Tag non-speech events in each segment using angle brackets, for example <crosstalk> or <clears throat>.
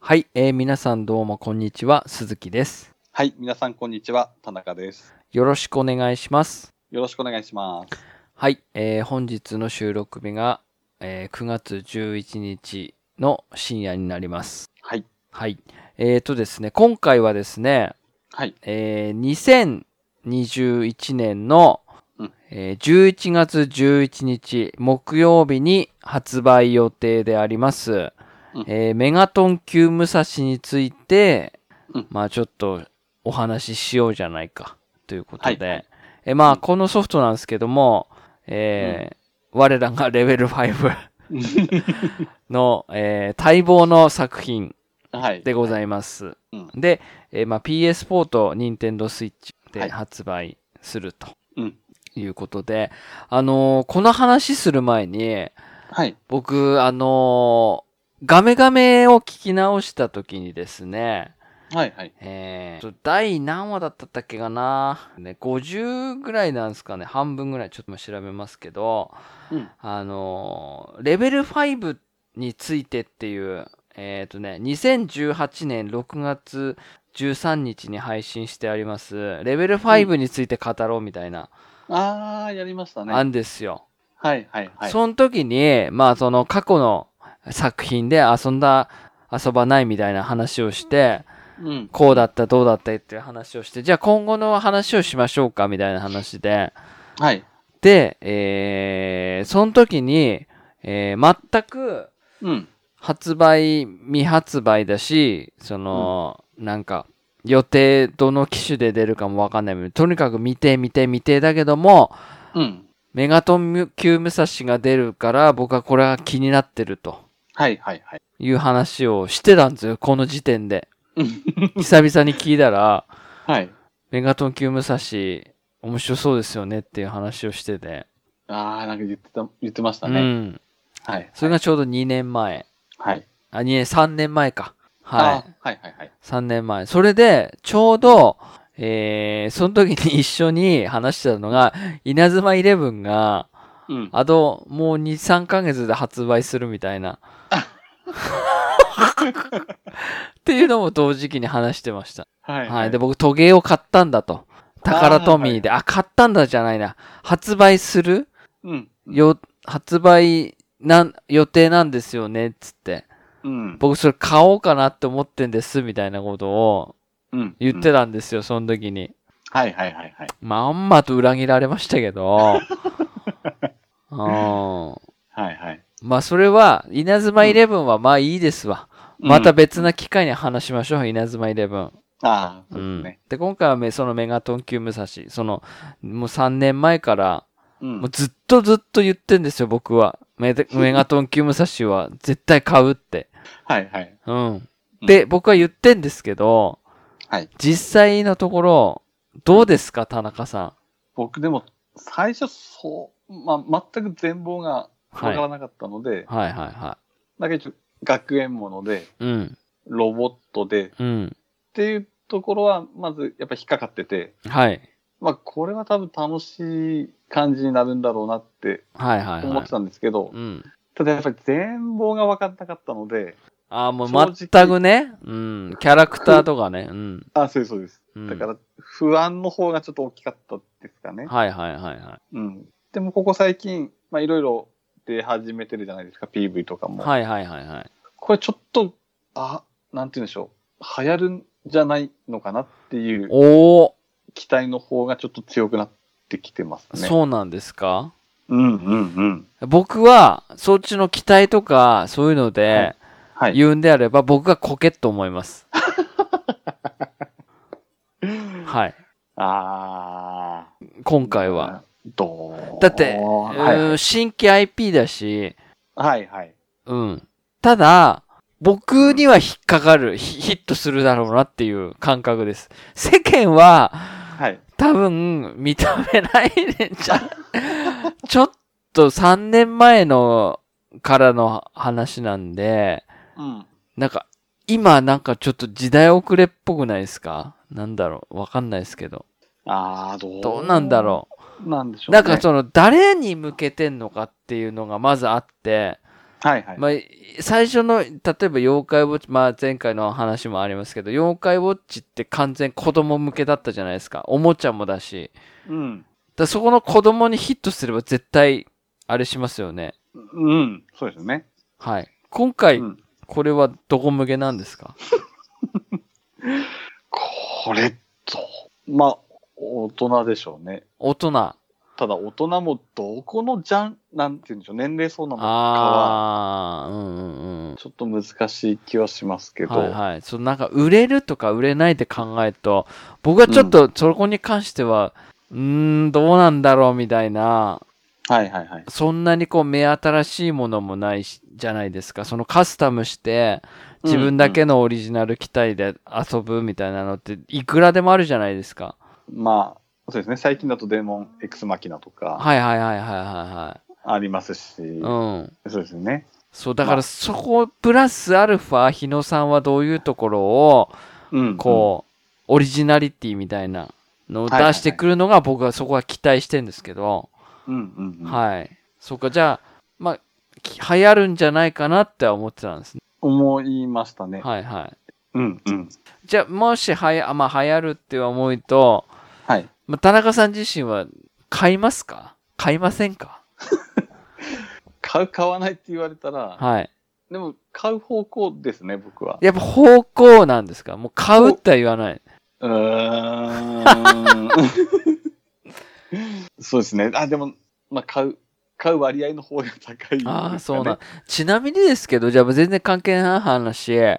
はい、えー皆さんどうもこんにちは、鈴木です。はい、皆さんこんにちは、田中です。よろしくお願いします。よろしくお願いします。はい、えー本日の収録日が、えー9月11日の深夜になります。はい、はい。えーとですね、今回はですね、はい、えー2021年の、うんえー11月11日木曜日に発売予定であります、うんえーメガトン級武蔵について、うんまあちょっとお話ししようじゃないかということで、はいえーまあうんこのソフトなんですけども、えー我らがレベル5 <laughs> の、えー待望の作品はい、でございます。うん、で、えーまあ、PS4 と Nintendo Switch はでい発売するとうん、いうことで、あのーこの話する前に、はい、僕、あのーガメガメを聞き直した時にですね、はい、はい、えーと、第何話だったっけかな、ね、50ぐらいなんですかね、半分ぐらいちょっと調べますけど、うん、あのーレベル5についてっていう、えっ、とね、2018年6月13日に配信してあります、レベル5について語ろうみたいな、あー、やりましたね。あはい、んですよ。はい、はい、その時に、まあその過去の作品で遊んだ、遊ばないみたいな話をして、うん、こうだった、どうだったっていう話をして、じゃあ今後の話をしましょうかみたいな話で、はい、で、えー、その時に、えー、全く、うん、発売、未発売だし、その、なんか、予定どの機種で出るかもわかんないのでとにかく未定未定未定だけども、うん、メガトン級武蔵が出るから僕はこれは気になってるとはい、はい、はい。いう話をしてたんですよ、この時点 <laughs> で。うん久々に聞いたら、はい。メガトン級武蔵面白そうですよねっていう話をしてて。あー、なんか言ってた、言ってましたうね。ん。はい。それがちょうど2年前。はい。あ、2年、3年前か。はいあ。ーはい、はい、はい。 3年前。それで、ちょうど、えー、その時に一緒に話してたのが、稲妻イレブンが、うん。あと、もう2、3ヶ月で発売するみたいな。っていうのも同時期に話してました。はい、はい。で、僕、トゲを買ったんだと。宝トミーで、あ、買ったんだじゃないな。発売するうん、よ、発売、なん、予定なんですよね、つって。うん、僕、それ買おうかなって思ってんです、みたいなことをうん。言ってたんですよ、その時に。はい、はい、はい、はい。まんまと裏切られましたけ <laughs> ど。うん。はい、はい。まあそれは、稲妻イレブンはまあいいですわ。またうん、別な機会に話しましょう、稲妻イレブン。あうー、そうですんね。。で、今回はめそのメガトン級武蔵、その、もう3年前から、うんもう。ずっとずっと言ってんですよ、僕は。メデ <laughs> メガトン級武蔵は絶対買うって。はい、はい。うん。で、僕は言ってんですけど、はい。実際のところ、どうですか、田中さん。僕でも最初そう、まあ、全く全貌がわからなかったので、はいはいはだけど学園ものでい。うん。ロボットでっうん。ていうところはまずやっぱ引っかかってて、はい。まあ、これは多分楽しい感じになるんだろうなってはいはい思はっいて。たんですけど、うん。ただやっぱり全貌が分かんなかったのでああ、もう正直全くね。うん。キャラクターとかね。うん。あそうですそうですうんだから不安の方がちょっと大きかったですかね、はいはいはいはうん、でもここ最近まあいろいろ出始めてるじゃないですか PV とかい。も、はいはいはいはい。これちょっと、あ、なんて言うんでしょう。流行るんじゃないのかなっていうおお、期待の方がちょっと強くなってきてますね。う。そうなんですかうんうんうん。僕は、そっちの期待とか、そういうので、はい。言うんであれば、僕がコケと思います。はい。あー。今回は。。どうだってはういん新規 IP だし、はいはい。うん。ただ、僕には引っかかる、ヒヒットするだろうなっていう感覚です。世間は、はい。多分、認めないねんじゃ <laughs> ん。ちょっと3年前のからの話なんで、うん。なんか、今なんかちょっと時代遅れっぽくないですかなんだろうわかんないですけど。あー、どうどうなんだろう。なんでしう。ょうなね。んかその、誰に向けてんのかっていうのがまずあって、はいはい。まあ、最初の、例えば妖怪ウォッチ、まあ前回の話もありますけど、妖怪ウォッチって完全子供向けだったじゃないですか。おもちゃもだし。うん。だからそこの子供にヒットすれば絶対、あれしますよね。うん。そうですよね。はい。今回う、ん。これはどこ向けなんですか、これと、まあ、大人でしょうね。大人。あただ大人もどこのジャン、なんて言うんでしょう、年齢層なのかは、あー、うんうんうん。ちょっと難しい気はしますけど、はいはい。そのなんか、売れるとか売れないって考えると、僕はちょっとそこに関しては、うーん、どうなんだろうみたいな、はいはいはい。そんなにこう目新しいものもないしじゃないですか。そのカスタムして、自分だけのオリジナル機体で遊ぶみたいなのって、いくらでもあるじゃないですか。まあ、そうですね、最近だとデーモン X マキナとかはいはいはいはいはありますし、いはい。うん。そうですね。そう、だからそこ、プラスアルファ、日野さんはどういうところを、うん。こう、オリジナリティみたいなのを出してくるのが、僕はそこは期待してるんですけど、うん。うんうん、い。はい。そうか、じゃあ、まあ、き流行るんじゃないかなっては思ってたんですね。思いましたね。はいはい。うんうん。じゃあ、もしはや、まあ、流行るって思うと、はい。まあ、田中さん自身は買いますか買いませんか買う、買わないって言われたら、はい。でも買う方向ですね、僕は。やっぱ方向なんですかもう買うっては言わない。<laughs> うーん。そうですね。あ、でも、まあ、買う、買う割合の方が高い、ああ、そうなんん。。ちなみにですけど、じゃあ全然関係ない話、は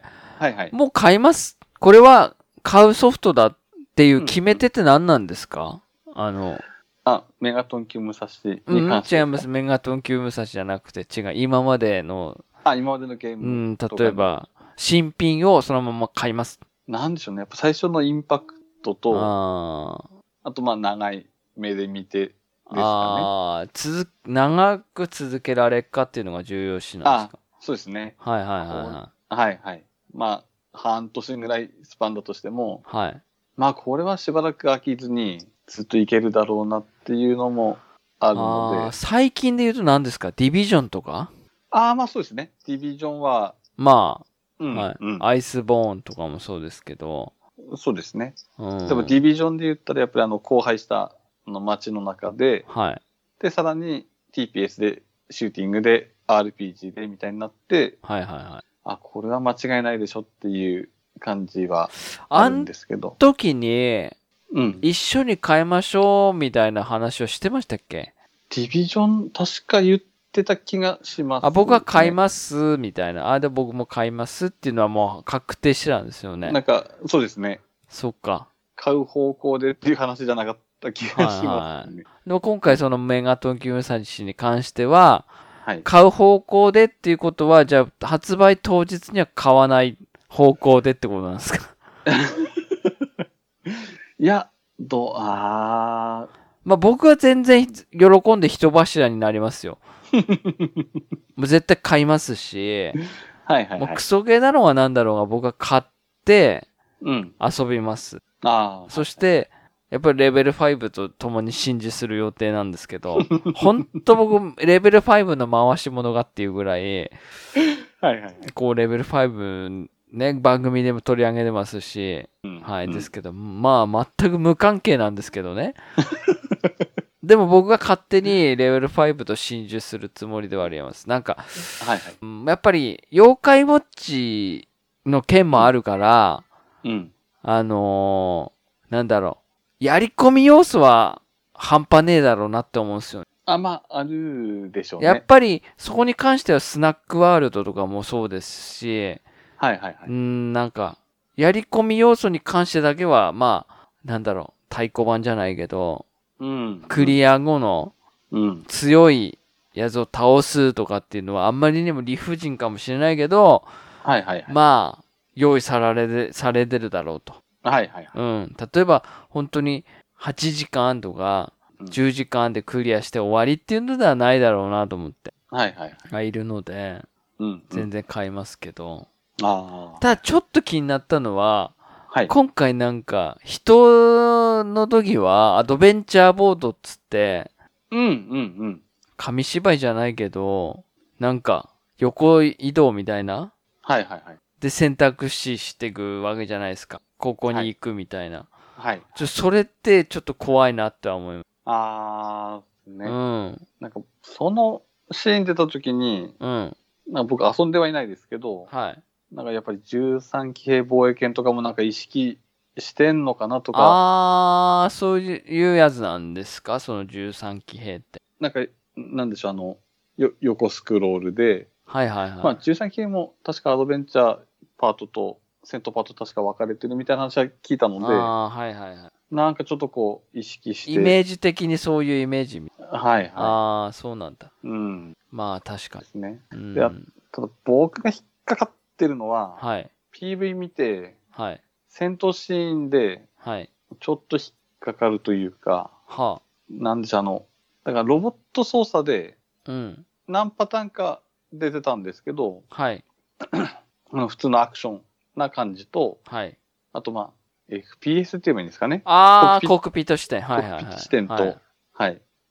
いはい。もう買います。これは買うソフトだっていう決め手って何なんですか、あの、あ、メガトン級武蔵にうん、違い関して。ます。メガトン級武蔵じゃなくて違う。今までの、あ、今までのゲーうム。ん、例えば、新品をそのまま買います。なんでしょうね。やっぱ最初のインパクトと、ああーとまあ長い目で見てですかね。あー、続長く続けられっかっていうのが重要視なんですかそうですね。はいはいははいはい。まあ、半年ぐらいスパンだとしても、いはい。はい。まあこれはしばらく飽きずにずっといけるだろうなっていうのもあるのであー。最近で言うと何ですかディビジョンとかああ、まあそうですね。ディビジョンは、まうあ、ん、はいうんアイスボーンとかもそうですけど。そうですね。うん、でもディビジョンで言ったら、やっぱりあの、荒廃したあの街の中で、はい。で、さらに TPS で、シューティングで、RPG でみたいになって、はいはいはい。あ、これは間違いないでしょっていう感じはああるんんですけど。時に、うん。デ一緒に買いましょうみたいな話をしてましたっけィビジョン、確か言ってた気がします、あ、僕は買いますみたいな。あ、で僕も買いますっていうのはもう確定してたんですよすねなん。か、そうですね。そっか。買う方向でっていう話じゃなかった気がしますね。でも今回そのメガトンキムサ氏に関しては、はい。買う方向でっていうことは、じゃあ発売当日には買わない方向でってことなんですか <laughs> いや、どう、ああ、まあ僕は全然喜んで人柱になります <laughs> よ。もう絶対買いますし、はいはいもうはいク。ソゲーだろうがなんだろうが僕は買ってうん。遊びます。ああ。そして、やっぱりレベル5と共に信じする予定なんですけ <laughs> ど、ほんと僕、レベル5の回し物がっていうぐらい、はいはいはい。こうレベル5ね、番組でも取り上げてますし、うんはい、うんですけど、まあ全く無関係なんですけどね。 <laughs> でも僕が勝手にレベル5と心中するつもりではあります。なんか、はいはい。うんやっぱり、妖怪ウォッチの件もあるから、うん。あのーなんだろう。やり込み要素は半端ねえだろうなって思うんですよね。あ、まあ、あるでしょうね。やっぱり、そこに関してはスナックワールドとかもそうですし、はいはいはうーい。ん、なんか、やり込み要素に関してだけは、まあ、なんだろう、太鼓判じゃないけど、うん。クリア後のうん。強いやつを倒すとかっていうのはあんまりにも理不尽かもしれないけど、はいはいはい。まあ、用意さられで、されてるだろうと。はいはいはい。うん。例えば、本当に8時間とか、うん10時間でクリアして終わりっていうのではないだろうなと思って、はいはいはい。がいるので、うん。全然買いますけど。あただ、ちょっと気になったのは、あ。はい。今回なんか、人の時は、アドベンチャーボードっつって、うんうんうん。紙芝居じゃないけど、なんか、横移動みたいなはいはいはい。で選択肢していくわけじゃないですか。ここに行くみたいな。はい。ちょそれってちょっと怖いなっては思います。あー、ね。うん。なんか、そのシーン出た時に、うん。なんか僕遊んではいないですけど、はい。なんかやっぱり13騎兵防衛権とかもなんか意識してんのかなとか、あー、そういうやつなんですかその13騎兵って。なんか、なんでしょう、あの、よ横スクロールで、はいはいはい。まあ13騎兵も確かアドベンチャーパートと戦闘パート確か分かれてるみたいな話は聞いたのあー、はいはいはで、なんかちょっとこう意識して、い。イメージ的にそういうイメージみたい。はいはあー、そうなんだ。い。うん。まあ確かですね。に。うんいやただ僕が引っかかってるのは、はい。 PV 見てはい。戦闘シーンではい。ちょっと引っかかるというか、はなんでしょう、あの、だからロボット操作であ。うん。何パターンか出てたんですけど、はい。あの普通のアクションな感じと、はい。あとまあ、FPS って言えばいいんですかね。あー、ココックピット視点。はいはいはコックい。ピット視点と、ははいい、。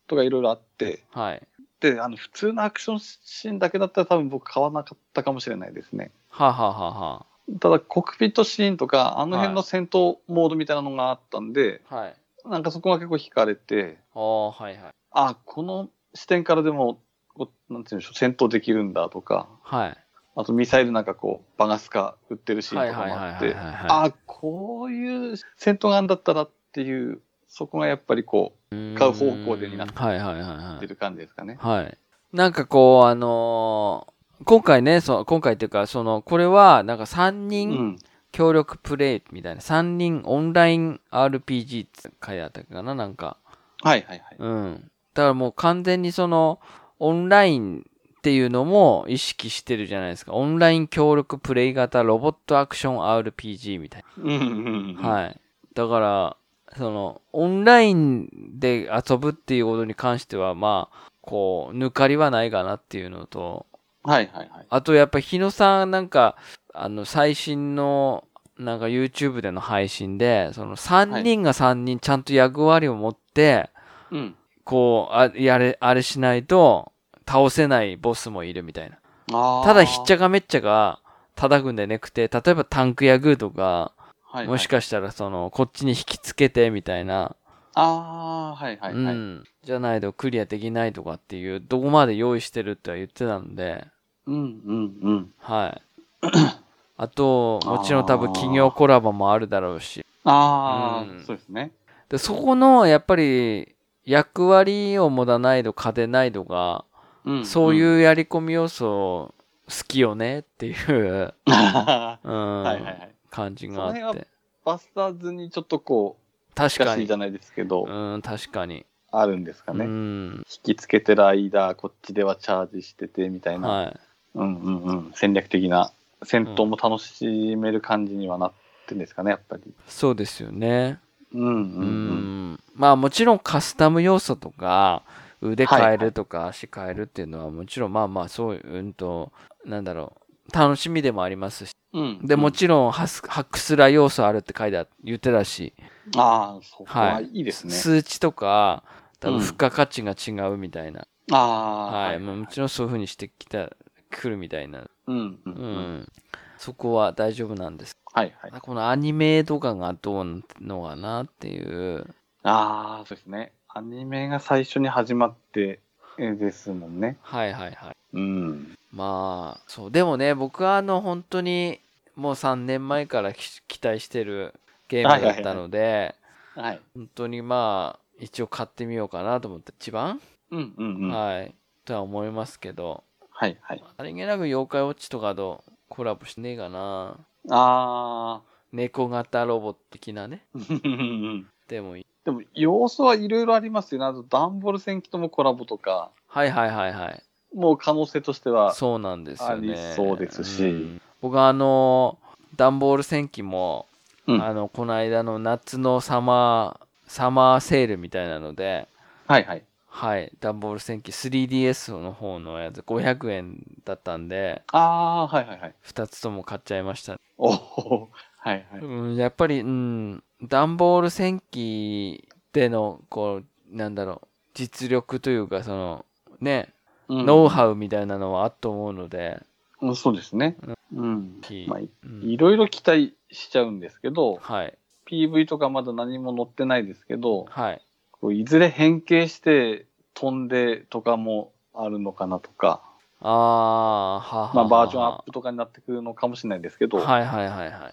とかいろいろあって、はい。で、あの、普通のアクションシーンだけだったら多分僕買わなかったかもしれないですね。はあはあはあはただ、コックピットシーンとか、あの辺の戦闘モードみたいなのがあったんで、あ。はい。なんかそこが結構惹かれて、おー、はいはい。あ、この視点からでも、こうなんていうんでしょう、戦闘できるんだとか、はい。あとミサイルなんかこう、バガスカ撃ってるシーンとかもあっはいて、はいはいはいはいあ、こういう戦闘があんだったらっていう、そこがやっぱりこ買買う方向でになって、はいはいはいうは出い。る感じですかね。はい。なんかこう、あのー今回ね、そう、今回っていうか、その、これは、なんか3う人ん。協力プレイみたいな、3人オンライン RPG って書いてあったかな、なんか。はいはいはい。うん。だからもう完全にその、オンラインっていうのも意識してるじゃないですか。オンライン協力プレイ型ロボットアクション RPG みたいな。うんうんうん。い。はい。だから、その、オンラインで遊ぶっていうことに関しては、まあ、こう、抜かりはないかなっていうのと、はいはいはい。あとやっぱ日野さんなんか、あの、最新の、なんか YouTube での配信で、その3人が3人ちゃんと役割を持って、うん。こう、あやれ、あれしないと、倒せないボスもいるみたいな。あーただひっちゃかめっちゃが叩くんでなくて、例えばタンクやグーとか、はいはいもしかしたらその、こっちに引きつけてみたいな、ああ、はいはいはうい。ん。じゃないとクリアできないとかっていう、どこまで用意してるっては言ってたんで、うんうんうん。 <clears throat> はい。あと、もちろん多分企業コラボもあるだろうし。あうんあ、そうですね。で、そこの、やっぱり、役割を持たないと勝てないとか、うん。そううん。いうやり込み要素好きよねっていう、 <laughs> はうんいはいはい。感じがそのあっ辺て。バスターズにちょっとこ確う、か難しいにじ。ゃないですけど、うん、確かに。あるんですかうね。ん。引きつけてる間、こっちではチャージしててみたいな、はうんうんうん、戦略的な戦闘も楽しめる感じにはなってんですかね、やっぱり。い。そうですよね。うんうんううん。ん。まあもちろんカスタム要素とか、腕変えるとか足変えるっていうのはもちろんまあまあそういう、うんと、なんだろう。楽しみでもありますし。うん、で、もちろんハスハックスラー要素あるって書いてあ言ってたし、ろん。ああ、そこは。はいいいですね。数値とか、多分うん付加価値が違うみたいな。ああ、はい、まあもちろんそういう風にしてきた、来るみたいな。うんうんう。うんん。そこは大丈夫なんです。はいはい。このアニメとかがどうなのかなっていう。ああ、そうですね。アニメが最初に始まってえですもんね。はいはいはい。うん。まあ、そう。でもね、僕はあの、本当に、もう3年前からき期待してるゲームだったので、はい。本当にまあ、一応買ってみようかなと思って、一番、うんうんうん。ははい。とは思いますけど、いはい。あれげなく妖怪ウォッチとかとコラボしねえかな。ああ、猫型ロボット的なね。うんうん <laughs> うんでもいい。でも、要素はいろいろありますよね。あと、ダンボール戦記ともコラボとか。はいはいはいはい。もう可能性としては、そうなんですよね。ありそうですしん僕はあのー、段ボール戦記も、うんあの、この間の夏のサマー、サマーセールみたいなので、はいはい。はい、段ボール戦記 3DS の方のやつ500円だったんで、ああー、はいはいはい。 2つとも買っちゃいました、おお、はいはい。うん、やっぱり、うん、段ボール戦記での、こう、なんだろう、実力というか、その、ね、うんノウハウみたいなのはあると思うので、うんそうですね。うん。ぜひまあ、いうんいろいろ期待しちゃうんですけど、はい、 PV とかまだ何も載ってないですけど、はい、こういずれ変形して飛んでとかもあるのかなとか、ああ、はあはあまあ、バージョンアップとかになってくるのかもしれないですけど、はい、はいはいはいは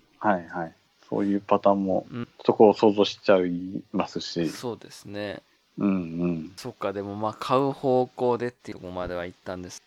はいそういうパターンもうん、そこを想像しちゃいますい。し、そうですね。うんうん。そっか、でもまあ買う方向でっていうとこまでは行ったんです。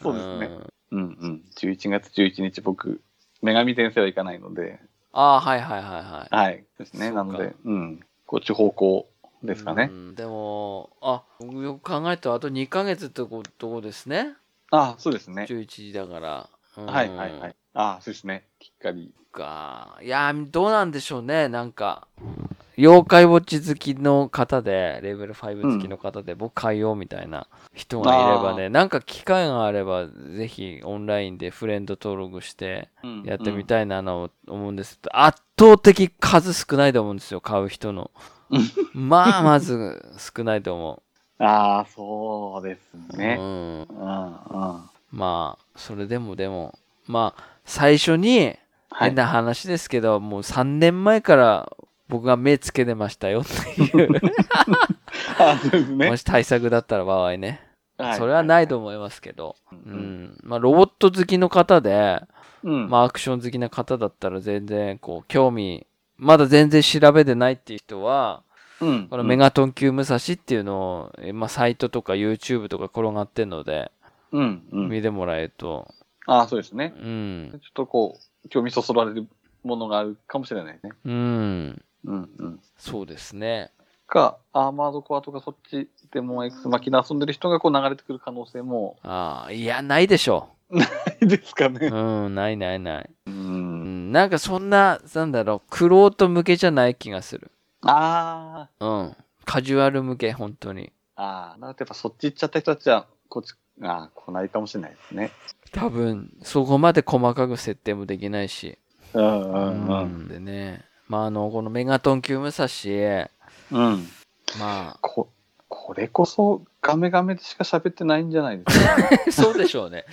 そうですね。んうんうん。11月11日、僕、女神転生は行かないので、ああ、はいはいはいはい。はい。でそすうね。かなので、うん。こっち方向ですかねう。んでも、あ、よく考えたらあと2ヶ月ってことですね。あそうですね。 11時だから。うんはいはいはい。。あそうですね。きっかり。か。いやー、どうなんでしょうね。なんか、妖怪ウォッチ好きの方で、レベル5好きの方で、僕買いようみたいな人がいればね、なんか機会があれば、ぜひオンラインでフレンド登録してうんやってみい。たいなの思うんですけど、圧倒的数少ないと思うんですよ、買う人の。まあ、まず少ないと思ああ、そうですう。ね。うんうんうん。はまあ、それでもでも、まあ、最初に、変い。な話ですけど、もう3年前から僕が目つけてましたよっていう、 <laughs> <laughs> あそうですねも。し対策だったら場合ね、いそれはないと思いますけど、う。うんんまあ、ロボット好きの方で、うん。まあ、アクション好きな方だったら全然こう興味まだ全然調べてないっていう人はうん。このメガトン級武蔵っていうのを、えまあ、サイトとか YouTube とか転がってるのでうん。うん。見てもらえると、ああ、そうですね。うんちょっとこう、興味そそられるものがあるかもしれないね。うん、うんうん。そうですねか、アーマードコアとかそっちでも X 巻きで遊んでる人がこう流れてくる可能性もああいやないでしょない <laughs> ですかう、ね。うん、ないないないうん。うん、なんかそんな、なんだろう、クロート向けじゃない気がする。あうん。カジュアル向け、本当に。あ、ああ、なんかやっぱそっち行っちゃった人たちは、こっち、ああ、来ないかもしれないですね。多分、そこまで細かく設定もできないし。うんううんうん。でね。まあ、あの、このメガトン級武蔵、うん。まこ、これこそガメガメでしか喋ってないんじゃないですか。あ、そうでしょうね。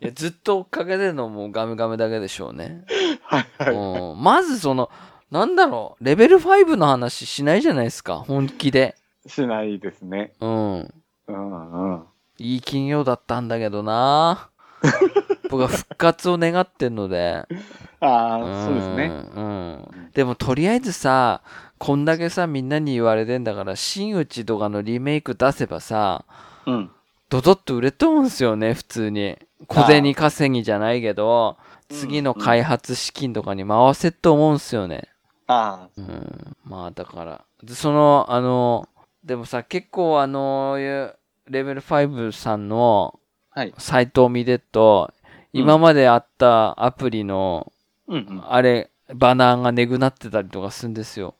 いやずっと追っかけてるのもガムガムだけでしょうね。 <laughs> はいはい。うん、まずその、なんだろう、レベル5の話しないじゃないですか、本気で。しないですね。うん。うんうん。いい金曜だったんだけど <laughs> な僕は復活を願ってんので。ああ、そうですね。ん。うん。でもとりあえずさ、こんだけさ、みんなに言われてんだから、真打ちとかのリメイク出せばさ、うん。ドドッと売れとんすよね、普通に。小銭稼ぎじゃないけど、うん次の開発資金とかに回せっと思うんすよね。ああ、うん。まあだから、でその、あの、でもさ、結構あの、いうレベル5さんのはい。サイトを見てっと、うん今まであったアプリの、うんうん。あれ、バナーがねぐなってたりとかするんですよ。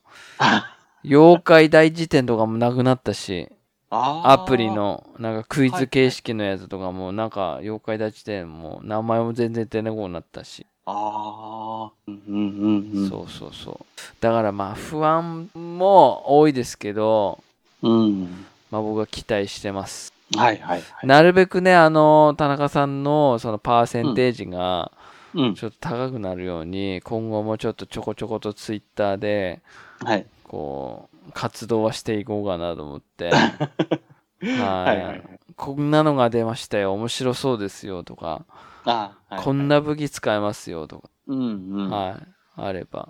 妖怪大辞典とかもなくなったし、アアプリ。のなんかクイズ形式のやつとかも、なんか妖怪大辞典も名前も全然出てこなったし、ああ。うんうんうん。そうそうそう。だからまあ不安も多いですけど、う。うん。まあ僕は期待してます。はいはいはい。なるべくね、あの、田中さんのそのパーセンテージがうん。ちょっと高くなるように、今後もちょっとちょこちょことツイッターで、はい。こう、活動はしていこうかなと思って。 <laughs> はいはいははいい。こんなのが出ましたよ。面白そうですよとか、ああ、はい。こん。な武器使えますよとか、うんうん。はい。あれば。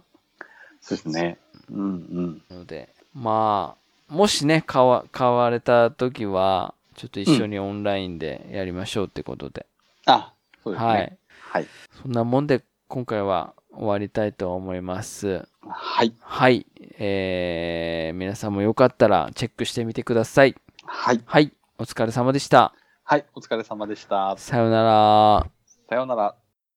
そうですね。うんので、まあ、もしね、買わ、買われた時は、ちょっと一緒にオンラインでやりましょうってことで。あ、そうですね。ははい。い。そんなもんで、今回は終わりたいと思います。はい。はい。えー、皆さんもよかったらチェックしてみてください。はい。はい。お疲れ様でした。はい。お疲れ様でした。さようなら。さようなら。